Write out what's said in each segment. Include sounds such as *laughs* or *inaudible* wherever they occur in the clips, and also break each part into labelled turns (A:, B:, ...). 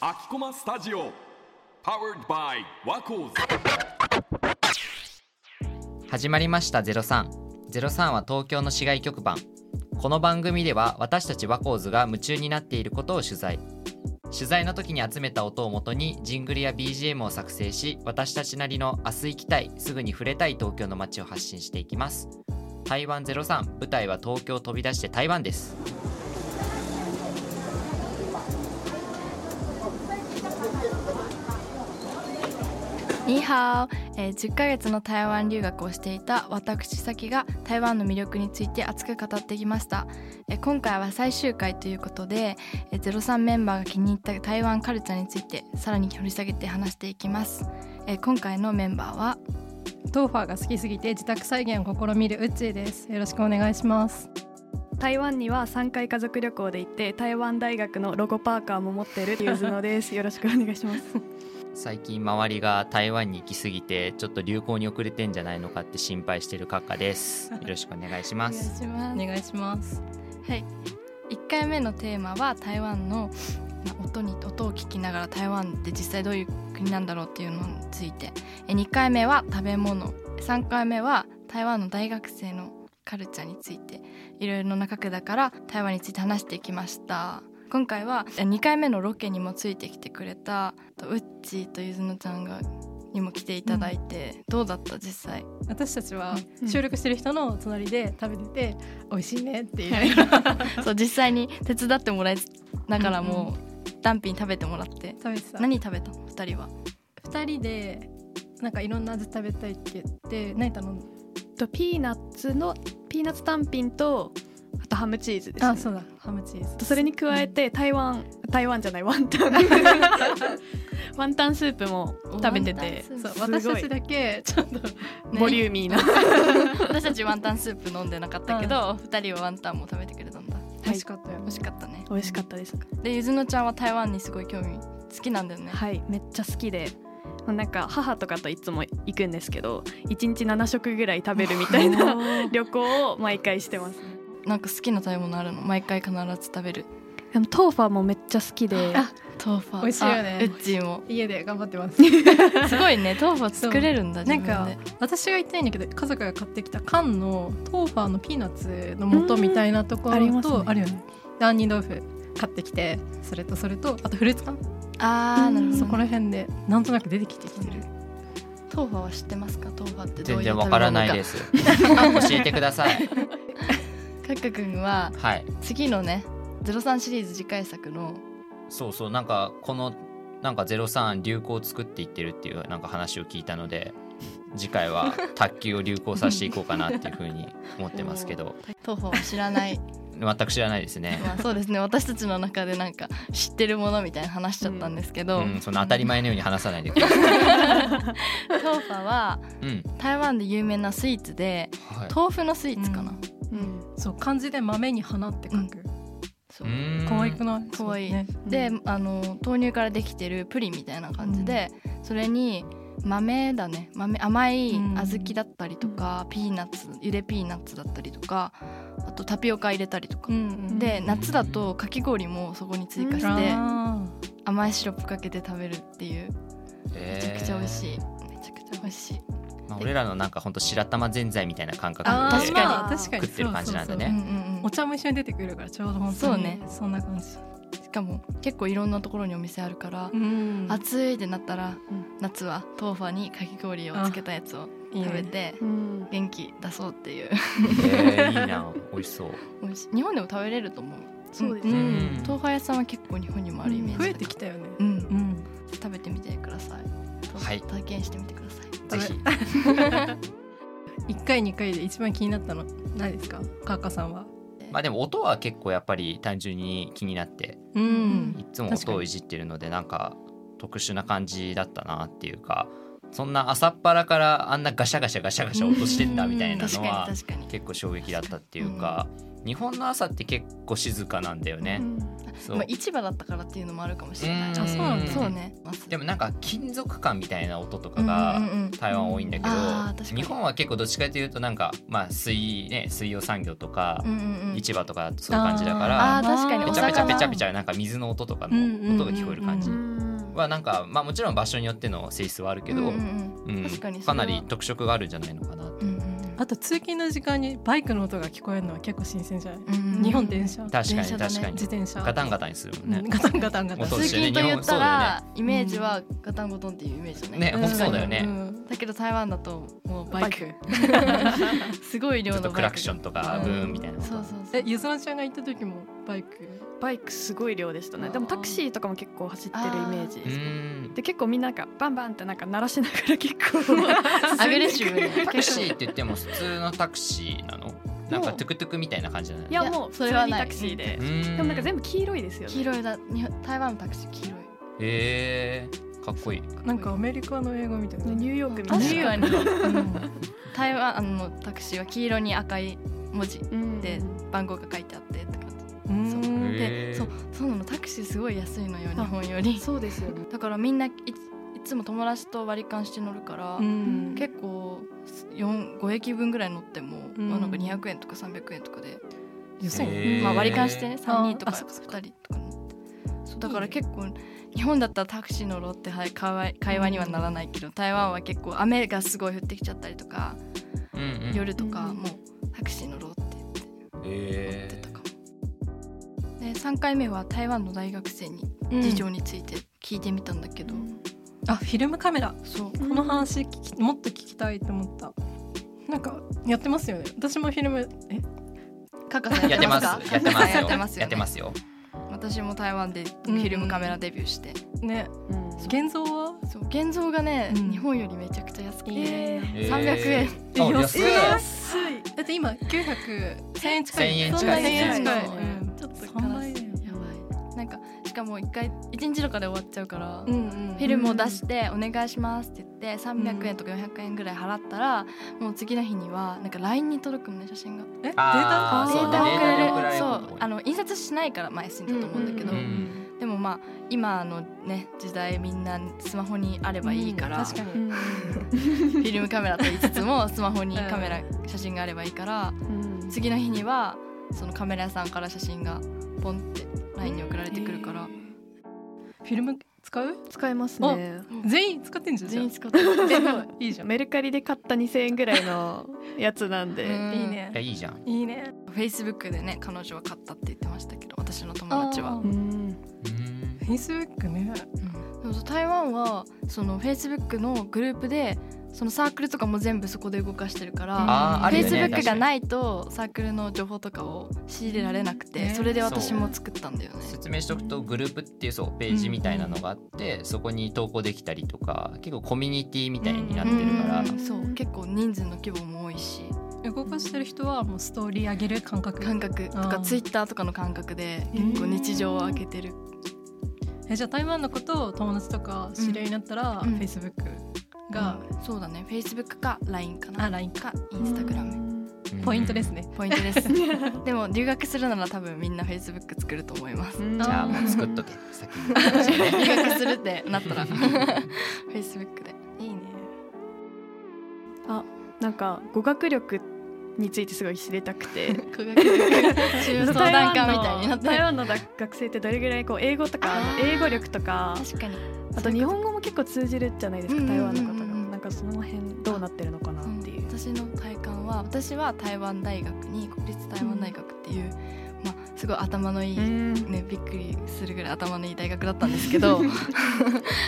A: アキコマスタジオ Powered by ワコーズ
B: 始まりました03。03は東京の市外局番。この番組では私たちワコーズが夢中になっていることを取材。取材の時に集めた音をもとにジングルや BGM を作成し、私たちなりの明日行きたい、すぐに触れたい東京の街を発信していきます。台湾03、舞台は東京を飛び出して台湾です。
C: ニーハオ、えー10ヶ月の台湾留学をしていた私さきが台湾の魅力について熱く語ってきました、えー今回は最終回ということで、えー、03メンバーが気に入った台湾カルチャーについてさらに掘り下げて話していきます、えー今回のメンバーは
D: トーファーが好きすぎて自宅再現を試みるウッチーですよろしくお願いします
E: 台湾には3回家族旅行で行って台湾大学のロゴパーカーも持ってるゆずのです *laughs* よろしくお願いします
B: 最近周りが台湾に行き過ぎて、ちょっと流行に遅れてんじゃないのかって心配してる閣下です。よろしくお願いします。
C: しま
D: お願いします
C: はい、1回目のテーマは台湾のまあ音に音を聞きながら台湾って実際どういう国なんだろうっていうのについてえ2回目は食べ物3回目は台湾の大学生のカルチャーについていろいろな角度から台湾について話してきました今回はえ2回目のロケにもついてきてくれたとウッチーとゆずのちゃんがにも来ていただいて、どうだった実際
D: 私たちは
E: うん
D: 収録してる人の隣で食べてて美味しいねっていう、
C: そう実際に手伝ってもらいながらも単品食べてもらって
D: 食べてた
C: 何食べたの二人は
D: 二人でなんかいろんな味食べたいって言って何頼んだ
E: とピーナッツのピーナッツ単品とあとハムチーズです、
D: あそうだハムチー
E: と
D: ズ
E: それに加えて台湾台湾じゃないワンタン *laughs* ワンタンスープも食べてて
C: お
D: そう
E: すごい
D: 私たちだけちょっと
E: ボリューミーな、
C: *laughs* 私たちワンタンスープ飲んでなかったけど二人はワンタンも食べてくれたんだ
D: 美味しかったよ
C: 美味しかったね
E: 美味しかったです
C: でゆずのちゃんは台湾にすごい興味好きなんだよね
E: はいめっちゃ好きでなんか母とかといつも行くんですけど1日7食ぐらい食べるみたいな *laughs* 旅行を毎回してます
C: なんか好きな食べ物あるの毎回必ず食べる
E: でもトーファーもめっちゃ好きで
D: あ
C: トーファー
D: 美味しいよね
C: あウッチーも
D: 家で頑張ってます
C: すごいねトーファー作れるんだ
D: *laughs*
C: 自
D: なん
C: 分で
D: か私が言いたいんだけど家族が買ってきた缶のトーファーのピーナッツの素みたいなとこ
E: うんあり
D: ろ
E: ます
D: と、
E: ね
D: あるよねで杏仁豆腐買ってきてそれとそれとあとフルーツ缶、
C: あーなるほど
D: そこら辺でなんとなく出てきてきてる
C: トーファーは知ってますかトーファーってど
B: 全
C: ういう食べ
B: 然
C: 物
B: わからない
C: *laughs*
B: です。教えてくださ *laughs* い。
C: かっかくんは
B: はい。
C: 次のね03シリーズ次回作の
B: そうそうなんかこのなんか03流行を作っていってるっていうなんか話を聞いたので次回
C: *laughs*
B: は卓球を流行させていこうかなっていうふうに思ってますけ
C: *laughs*
B: ど
C: トーファーは知ら
D: *laughs*
C: ない
B: 全く知らないですね。
C: まあそうですね私たちの中でなんか知ってるものみたいな話しちゃったんですけ
B: う
C: ど、
B: ん、その当たり前のように話さないでください。
C: トーファは *laughs*
B: うん、
C: 台湾で有名なスイーツで
B: はい。
C: 豆腐のスイーツかな、
D: うん
E: うん
D: そう漢字で豆に花って書く、
C: そう
B: ーん
D: 可愛くない
C: 可愛い
D: そうね
C: であの豆乳からできてるプリンみたいな感じで、それに豆だね豆甘い
D: うん
C: 小豆だったりとか、ピーナッツゆでピーナッツだったりとかあとタピオカ入れたりとか、
D: うんうん
C: で夏だとかき氷もそこに追加して
D: あー
C: 甘いシロップかけて食べるっていう
B: め
C: めちゃくちゃ美味しい、めちゃくちゃ美味しい
B: まあ、俺らのなんか本当白玉ぜんざいみたいな感覚
C: あ
B: で
C: ー確かに
D: まあ確かに
B: 食ってる感じなんだね
C: うん
D: そうそう
C: うんうん
D: そうお茶も一緒に出てくるからちょうど本当に
C: そうね
D: そんな感じ、
C: しかも結構いろんなところにお店あるから、
D: うん
C: 暑いってなったら、
E: うん
C: 夏はトーファにかき氷をつけたやつを
D: いいね
C: 食べて
E: うん
C: 元気出そうっていう *laughs*
B: えーいいな、美味しそう。
C: 美味しい日本でも食べれると思う
E: そうです
B: う
E: ね
B: ん
C: トーファ屋さんは結構日本にもあるイメージ
D: 増
C: だ
D: え
C: け
D: て
C: ど
D: きたよね、
C: うん、
D: うん
C: 食べてみてくださいトーファ
B: はい
C: 体験してみてください
B: ぜひ。
D: 1回2回で *laughs* 一番気になったのないですかカーカさんは
B: まあでも音は結構やっぱり単純に気になって
D: うん
B: いつも音をいじってるのでなんか特殊な感じだったなっていうかそんな朝っぱらからあんなガシャガシャガシャガシャ音してんだみたいな
C: 確
B: の
C: か
B: は
C: に確かに
B: 結構衝撃だったっていうか日本の朝って結構静かなんだよね。そう
C: まあ、市場だったからっていうのもあるかもしれない
B: うん
D: あそうなんだ
C: そうね
B: でもなんか金属感みたいな音と
C: う
B: か
C: んうん
B: が
C: うん
B: 台湾多いんだけど、
C: あー確かに
B: 日本は結構どっちかというとなんかまあ水ね水溶産業とか
C: う、んうんうん
B: 市場とかそういう感じだか
C: あ
B: ら
C: ー確かに
B: ペ
C: お
B: チャ
C: 魚
B: ペチャペチャペチャなんか水の音とかの音が聞こえる感じ
C: うん
B: はなんかまあもちろん場所によっての性質はあるけど、
C: う
B: うんん
C: うんうん確かにそ
B: か
C: れは
B: なり特色があるんじゃないのかなって
C: うんうん
D: あと通勤の時間にバイクの音が聞こえるのは結構新鮮じゃない、
C: うん
D: 日本電車
B: 確か
C: 電
B: に
C: 車だね
B: 確かに、
D: 自転車
B: ガタンガタンにするもんね、
D: うんガタンガタンガタン
B: 音
C: 通
B: してね
C: 勤と言ったら、イメージ
D: うん
C: はガタンゴトンっていうイメージだ
B: ね
C: ね
B: ほんとそうだよね
D: ん
C: だけど台湾だともうバイ
B: *laughs*
C: クすごい量
B: ちょ
C: の
B: っと
C: バイク
B: クラクションとか
C: う
B: ブ
C: ん
B: ーンみたいな音
C: そうそうそう
D: えゆずまちゃんが行った時もバイク
E: バイクすごい量でしたねでもタクシーとかも結構走ってるイメージ
B: う
E: です
B: ん
E: で結構みんながバンバンってなんか鳴らしながら結構
C: アグレッシブね
B: タクシーって言っても普通のタクシーなのなんかトゥクトゥクみたいな感じじゃない
E: いやもう
C: そ
E: そ
C: れ
E: れ
C: は
E: は
C: ない
E: タクシーで、
B: で
E: でもなんか全部黄色いですよね
C: 黄色いだ日本台湾のタクシー黄色
B: へ
C: い
B: えー、かっこいい
D: なんかアメリカの英語みたいな、
E: ニューヨークみたいな
C: 確かに
D: うん
C: 台湾あのタクシーは黄色に赤い文字
E: うん
C: で番号が書いてあってって感じ
D: うん
B: へえ
C: でそうそうなのタクシーすごい安いのよ日本より
E: そうですよね
C: だからみんないいつも友達と割り勘して乗るから、
D: うん
C: 結構四5駅分ぐらい乗っても、
D: うん
C: まあ、なんか200円とか300円とかで、
D: 安いね
B: へー
C: まあ、割り勘してね3人とか
D: あそっかそっか
C: 2人とかねそうだから結構日本だったらタクシー乗ろうってはい会話会話にはならないけど台湾は結構雨がすごい降ってきちゃったりとか、
B: うんうん、
C: 夜とか
E: うん
C: もうタクシー乗ろうって言って乗
B: へ
C: って
B: え
C: たかも。で3回目は台湾の大学生に事情について聞いてみたんだけど、
D: あフィルムカメラ
C: そう
D: この話聞きもっと聞きたいと思ったなんかやってますよね私もフィルムえ
C: カカさん
B: やってますやって
C: *laughs*
B: ますよ
C: やってますよね
B: やってますよ
C: 私も台湾でフィルムカメラデビューして、
D: ね
E: うん
D: 現像は
C: そう現像がね、
D: うん
C: 日本よりめちゃくちゃ安くて、
D: えー
B: へー
C: 300円
B: あ安い
D: 安いだって今900千円近い
B: 1000円近い
D: そんな1000円近い
C: そう
D: うん
C: ちょっと
D: 三倍だよ
C: やばいなんかしかも一回一日とかで終わっちゃうから、
D: う
C: フ
D: んうん
C: ィルムを出して「お願いします」って言って300円とか400円ぐらい払ったら、もう次の日にはなんか LINE に届くのね写真が
D: えデー
B: あ
D: タ
B: ー
C: デ
B: そう
C: ー
B: ね
C: タ
B: データ
C: を
B: が
C: くれる
B: 送られることが多い
C: そうあの印刷しないから前済んだと思うんだけど、
B: うん
C: でもまあ今のね時代みんなスマホにあればいいから、
D: うん確かに
E: うん
C: フィルムカメラと言いつつもスマホにカメラ写真があればいいから
E: うん
C: 次の日にはそのカメラ屋さんから写真がポンって LINE に送られてくるから
D: フィルム使う
E: 使えますね
D: 全員使ってんじゃん
C: 全員使って
D: じゃあ *laughs* えいいじゃん
E: メルカリで買った2000円ぐらいのやつなんで、
C: うん
D: いい
B: いや
D: ね
B: いいじゃん
D: いいね
C: Facebook でね彼女は買ったって言ってましたけど私の友達
D: あ
C: は
D: ー
B: うん
D: フェイスブックね
C: でも台湾はその Facebook のグループでそのサークルとかも全部そこで動かしてるから
B: あーあるよね
C: Facebook が
B: い
C: ないとサークルの情報とかを仕入れられなくて
D: ね
C: それで私も作ったんだよね
B: 説明しておくとグループっていうそうページみたいなのがあって、そこに投稿できたりとか結構コミュニティみたいになってるから、
C: うんそう結構人数の規模も多いし
D: 動かしてる人はもうストーリー上げる感覚
C: 感覚と
D: う
C: か
D: ん
C: ツイッターとかの感覚で結構日常を開けてる
D: えじゃあ台湾のことを友達とか知り合いになったら、
C: うん
D: Facebook が、
C: そうだね Facebook か LINE か
D: あ
C: な
D: LINE
C: か Instagram
B: うん
D: ポイントですね、
C: ポイントですでも留学するなら多分みんな Facebook 作ると思います
E: うん
B: じゃあもう作っとけ先に
C: 留学するってなったら Facebook で
D: いいね
E: なんか語学力についてすごい知りたく
C: *laughs*
E: て
C: 語学力中相談家みたいになっ
E: 台
C: て
E: 湾の大学生ってどれぐらいこう英語とか
C: あー
E: あの英語力とか
C: 確かに
E: あと日本語も結構通じるじゃないです
C: う
E: か
C: んうんう
E: 台
C: んうん
E: 湾の方がなんかその辺どうなってるのかなっていう
C: うん、私の体感は私は台湾大学に国立台湾大学っていう、まあ、すごい頭のいい、ね、びっくりするぐらい頭のいい大学だったんですけど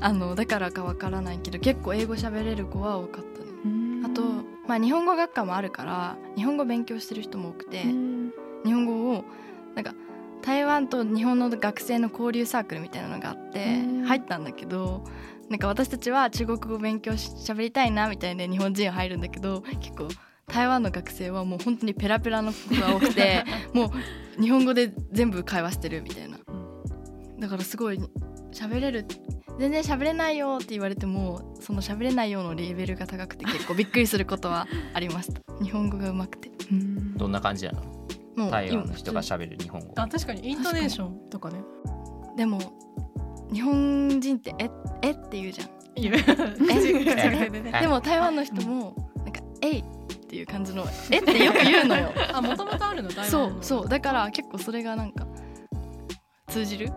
C: あのだからかわからないけど結構英語喋れる子は多かったね
E: うん
C: あと、まあ、日本語学科もあるから日本語勉強してる人も多くて、
E: うん
C: 日本語をなんか台湾と日本の学生の交流サークルみたいなのがあって
E: うん
C: 入ったんだけどなんか私たちは中国語勉強し喋りたいなみたいで日本人は入るんだけど結構台湾の学生はもう本当にペラペラの子が多く
E: *laughs*
C: てもう日本語で全部会話してるみたいなだからすごい喋れる全然喋れないよって言われてもその喋れないよのレベルが高くて結構びっくりすることはありました日本語が上手くて。
B: どんな感じなの
C: もう
B: 台湾
C: 今
B: の人が喋る日本語
D: あ確かにイントネーションとかね
C: でも日本人ってええって言うじゃん
D: 言う口口癖でね
B: はい
C: でも台湾の人もなんかえいっていう感じのえってよく言うのよ
D: *laughs* あもともとあるの台
C: そう
D: 湾う
C: そうだから結構それがなんか通じる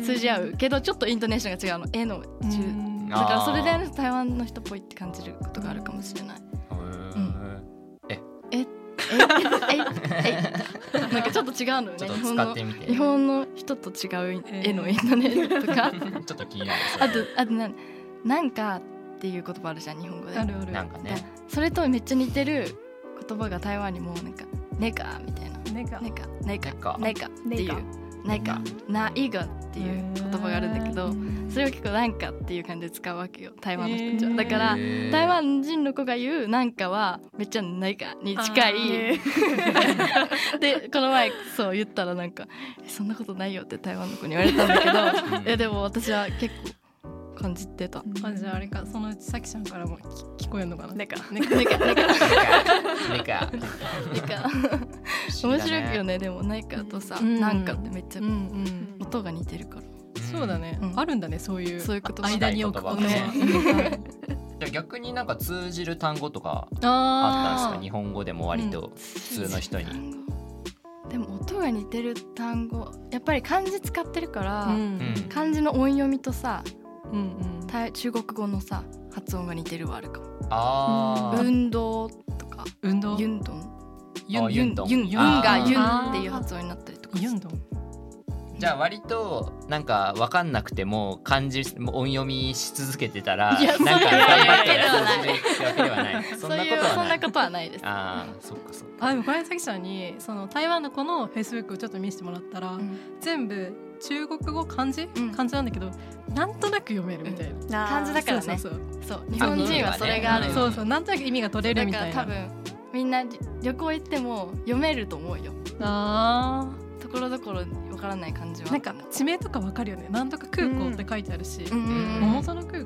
C: 通
E: 通
C: じ
E: じ
C: 合
E: 合
C: う
E: う
C: けどちょっとイントネーションが違うあのえの
D: う
C: 重
D: ん
B: あ
C: だからそれで台湾の人っぽいって感じることがあるかもしれない。
B: へー
C: えええなんかちょっと違うのよね。
B: ちょっ
C: 日
B: と
C: 本
B: 使っ
C: の
B: てみて
C: 日本の人と違う絵のイントネーションとか、
B: ちょっと気になるそれ
C: あとあとなんなんかっていう言葉あるじゃん日本語で
D: あ。るある
B: なんかね
C: それとめっちゃ似てる言葉が台湾にもなんかねかみたいな
D: ねが
C: ねかね
B: ね
C: か
B: か
C: ねかっていうねかないがっていう言葉があるんだけど、それを結構なんかっていう感じで使うわけよ台湾の人たちは。だから。
B: へー
C: 台湾人の子が言うなんかはめっちゃないかに近
D: あー
C: い
E: え
C: *laughs* でこの前そう言ったらなんかえそんなことないよって台湾の子に言われたんだけどいやでも私は結構感じてた。
D: あじゃああれかそのうちさきちゃんからも聞聞こえるのかな
E: なんか
D: ねがねが
B: ねかね
C: *laughs*
B: か
C: なんか
B: 不思
C: 面
B: 議だ
C: 白いよねでもないかとさ、
D: うん
C: なんかってめっちゃ
D: うんうん
C: 音が似てるから、
D: そうだね、
C: うん
D: あるんだねそういう
C: そういうこと
D: 間に置くこと
B: ね
D: ね
B: じゃあ逆になんか通じる単語とかあったんです
D: *laughs* あ
B: か日本語でも割と普通の人に、
C: 単語でも音が似てる単語やっぱり漢字使ってるから、
D: うん
B: ん
C: 漢字の音読みとさ
D: うんうん
C: た中国語のさ発音が似てるはあるかも
B: あー
C: 運動とか
D: 運動
C: ユンドン
B: あユンドン
C: ユンユン
B: あ
C: が
B: ー
C: ユンっていう発音になったりとか
D: ユンドン
B: じゃあ割となんかわかんなくても漢字音読みし続けてたら
C: いや
B: なんか
C: そういう
B: 頑張っ
C: わけ
B: て
C: ではない
B: 通じるってわけではないそんなこと
C: そういうそ
B: は
C: ん
B: な
C: ないことはないです。
B: ああそっかそっか
D: あでもこれさきちゃんにその台湾の子のフェイスブックをちょっと見せてもらったら、
C: うん
D: 全部中国語漢字、
C: ん
D: 漢字なんだけどなんとなく読めるみたいな、
C: 漢字だからね
D: そうそうそう
C: そう日本人はそれがあるよ。
D: そうそうなんとなく意味が取れる
C: だ
D: み
C: か
D: た
C: ら
D: いな
C: 多分みんな旅行行っても読めると思うよ。
D: あ
C: ところどころわからない感じは
D: ーなんか地名とかわかるよねなんとか空港って書いてあるし、
C: うんうんうん
D: 桃園空港だっけ、
C: う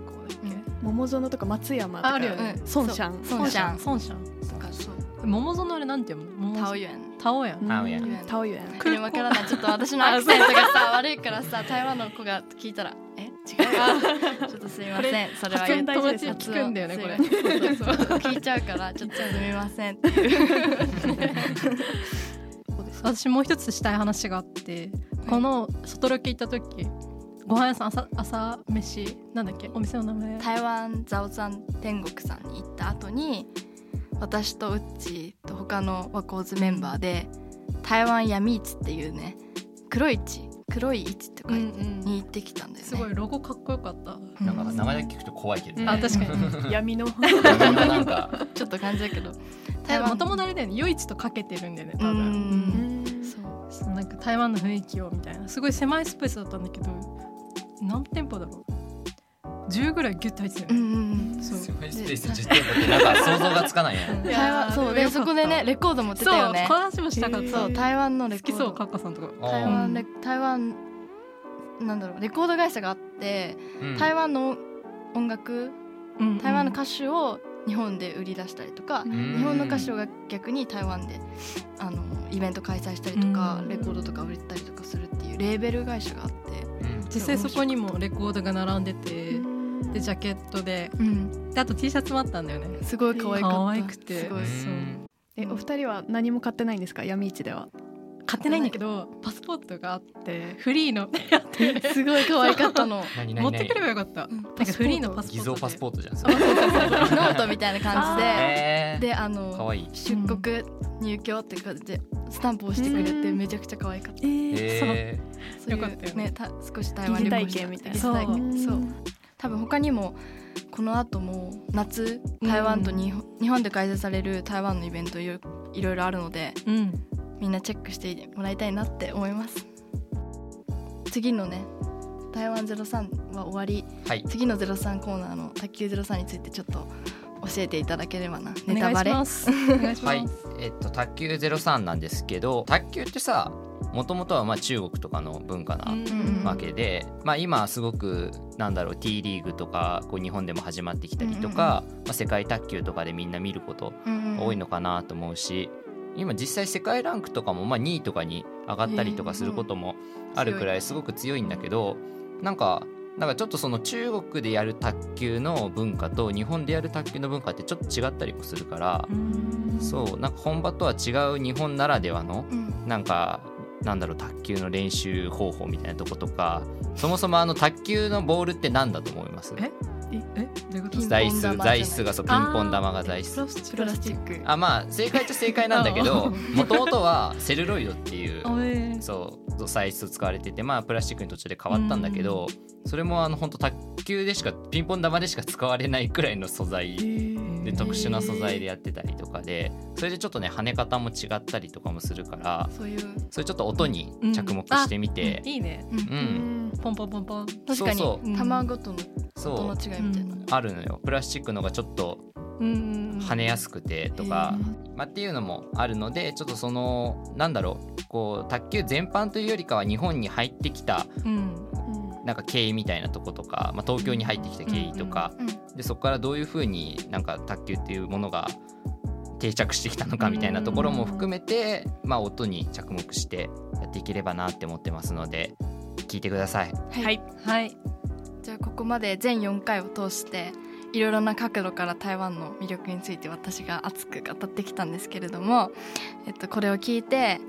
C: ん
E: 桃園とか松山とか
D: あるよね
C: うん
E: ソンシャン
C: そう孫
D: 孫
C: 山
D: 孫さん
C: とかそう
D: 桃園あれなんて読むの桃
C: タオ
D: 園
C: ユン。
D: タオヤン
B: タオヤン
E: うんタオヤン
D: 空港
C: わからないちょっと私のアクセントがさ悪いからさ台湾の子が聞いたらえ違うわちょっとすいませんそれは
E: 発
C: 言
E: 音
C: っ
E: 大事です
D: 友達
E: よ
D: に聞くんだよね
C: すい
D: こ
C: ませ
D: れ
C: んそうそうそう聞いちゃうからちょっとすみませんっていう
D: 私もう一つしたい話があって、この外ロケ行った時ご飯屋さん朝朝飯なんだっけお店の名前
C: 台湾ザオさん天国さんに行った後に私とウッチーと他の和光図メンバーで台湾闇市っていうね黒い市黒い市って書いて、
D: うんうん
C: に行ってきたんだよね
D: すごいロゴかっこよかった
C: うん
B: なんか名前だけ聞くと怖いけど
E: うん
D: あ
B: ね
D: 確かに
C: *laughs*
E: 闇の
B: なんか
C: ちょっと感じだけど
D: 台湾もともとあれだよね夜市とかけてるんだよね多
C: う
D: 分
C: んそう
D: そのなんか台湾の雰囲気をみたいなすごい狭いスペースだったんだけど何店舗だろう10ぐらいギュッと入ってた
C: う
D: よね、
C: んうん
D: そう
B: 狭いスペース実店舗ってなんか想像がつかないね
C: うん台湾そうでそこでねレ
D: コ
C: コード持ってたよね
D: そうこの話もしたかった、
C: そう台湾のレ
D: 好
C: コ
D: き
C: ー
D: そう
C: ド
D: カッカさんとか
C: 台
B: あ
C: 湾レ台湾なんだろうレコード会社があって
B: ーうん
C: 台湾の音楽
D: うん
C: 台湾の歌手を日本で売り出したりとか、
B: ん
C: 日本の歌手が逆に台湾であのイベント開催したりとか、
D: うん
C: レコードとか売ったりとかするっていうレーベル会社があって、
B: うん
D: 実際そこにもレコードが並んでて、でジャケットでであと T シャツもあったんだよね
C: すごい可愛かった
D: 可愛くて
C: すごい
D: そう
E: えお二人は何も買ってないんですか闇市では
D: 買ってないんだけどパスポートがあってフリーのやってる
C: すごい可愛かったの
B: 何
D: *laughs* 持
B: 何
D: ってくれば
B: 何
D: よかった、
C: うん
D: なんかフリーのパスポート
B: 偽造パスポートじゃんそ
C: ノ
B: れ
C: ートみたいな感じで、
B: えー
C: であ
B: か
C: の
B: わいい
C: 出国入境って感じでスタンプを押してくれてめちゃくちゃ可愛かった、
B: え
C: そういう
D: よかったよね
C: ねた少し台湾旅行した
E: 疑似体験みたいな
C: 疑似体
D: そう
C: 験そう多分他にもこの後も夏台湾と日本,、日本で開催される台湾のイベントいろいろいろあるので
D: うん
C: みんなチェックしてもらいたいなって思います次のね台湾03は終わり
B: ーはい
C: 次の03コーナーの卓球03についてちょっと教えていただければなネ
D: お
C: タ
D: 願い
C: バ
D: し
C: レ
D: ますお願いします、
B: はい、えっと卓球ゼロ三なんですけど、卓球ってさ、もともとはまあ中国とかの文化
D: う
B: なんわけで、まあ今すごくなんだろう T リーグとかこう日本でも始まってきたりとか、まあ世界卓球とかでみんな見ること
C: うんうん
B: 多いのかなと思うし、今実際世界ランクとかもまあ2位とかに上がったりとかすることもあるくらいすごく強いんだけどなんかなんかちょっとその中国でやる卓球の文化と日本でやる卓球の文化ってちょっと違ったりもするからそうなんか本場とは違う日本ならではの
C: うん
B: なんかなんだろう卓球の練習方法みたいなとことかそもそもあの卓球のボールって何だと思います
D: えええどういうこと
C: ピンポン
B: 材質
C: 玉じゃない
B: 材質がそうピンポン玉が材質
D: あープラス
E: プラスチック
B: あまあ正解と正解なんだけど
C: *laughs*
D: う
B: もともとはセルロイドっていう
D: あえー
B: そう材質使われててまあプラスチックに途中で変わったんだけどそれもあの本当卓球でしかピンポン玉でしか使われないくらいの素材で特殊な素材でやってたりとかでそれでちょっとね跳ね方も違ったりとかもするから
C: そういう、
B: それちょっと音に着目してみて
D: いいね
C: うん
B: うん、
D: ポンポンポンポン
C: 確かに
B: そう
D: そう
C: 卵との音
B: そ
C: の
B: う
C: 違いみたいな、
B: あるのよプラスチックのがちょっと
D: うん
B: 跳ねやすくてとか、まあ、っていうのもあるのでちょっとそのなんだろうこう卓球全般というよりかは日本に入ってきた
D: うん
B: なんか経緯みたいなとことか、まあ、東京に入ってきた経緯とか、
C: うん
B: でそこからどういうふうになんか卓球っていうものが定着してきたのかみたいなところも含めて、まあ、音に着目してやっていければなって思ってますので聞いてください。
C: はい、
E: はい
D: はい
C: じゃあここまで全4回を通していろいろな角度から台湾の魅力について私が熱く語ってきたんですけれども、えっと、これを聞いて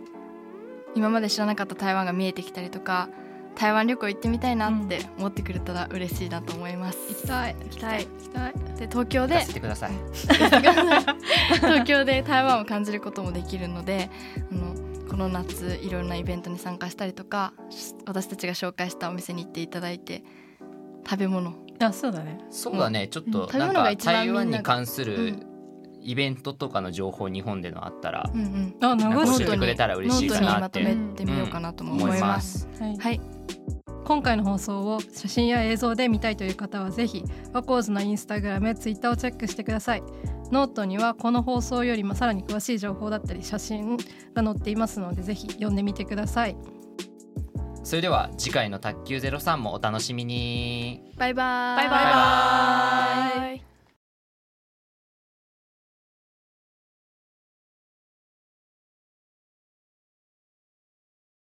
C: 今まで知らなかった台湾が見えてきたりとか台湾旅行行ってみたいなって思ってくれたら嬉しいなと思います。
D: 行きたい行き
C: たい
D: 行きたい
C: で東京
B: 聞か
C: で
B: せてください。
C: 東京で台湾を感じることもできるのであのこの夏いろんなイベントに参加したりとかし私たちが紹介したお店に行っていただいて食べ物
D: あそうだね
B: そうだね、ちょっと
C: 食べ
B: な
C: 物
B: ん
C: が
B: か
C: 一番み
B: 台
C: んなが
B: 湾に関す
C: う
B: る
C: ん
B: イベントとかの情報日本でのあったら
C: うんうん
D: あ流
B: なんか
C: ノ
B: 教
D: し
B: え
C: ート
B: て
C: に
B: くれたら嬉しいかなって
C: ノートにまとめてみようかなとも思
B: 思い
C: い
B: ま
C: ますす。
D: はい
C: はい、
D: 今回の放送を写真や映像で見たいという方はぜひワコーズのインスタグラムツイッターをチェックしてくださいノートにはこの放送よりもさらに詳しい情報だったり写真が載っていますのでぜひ読んでみてください
B: それでは次回の卓球ゼロ三もお楽しみに。
C: バイバーイ。
E: バイバーイ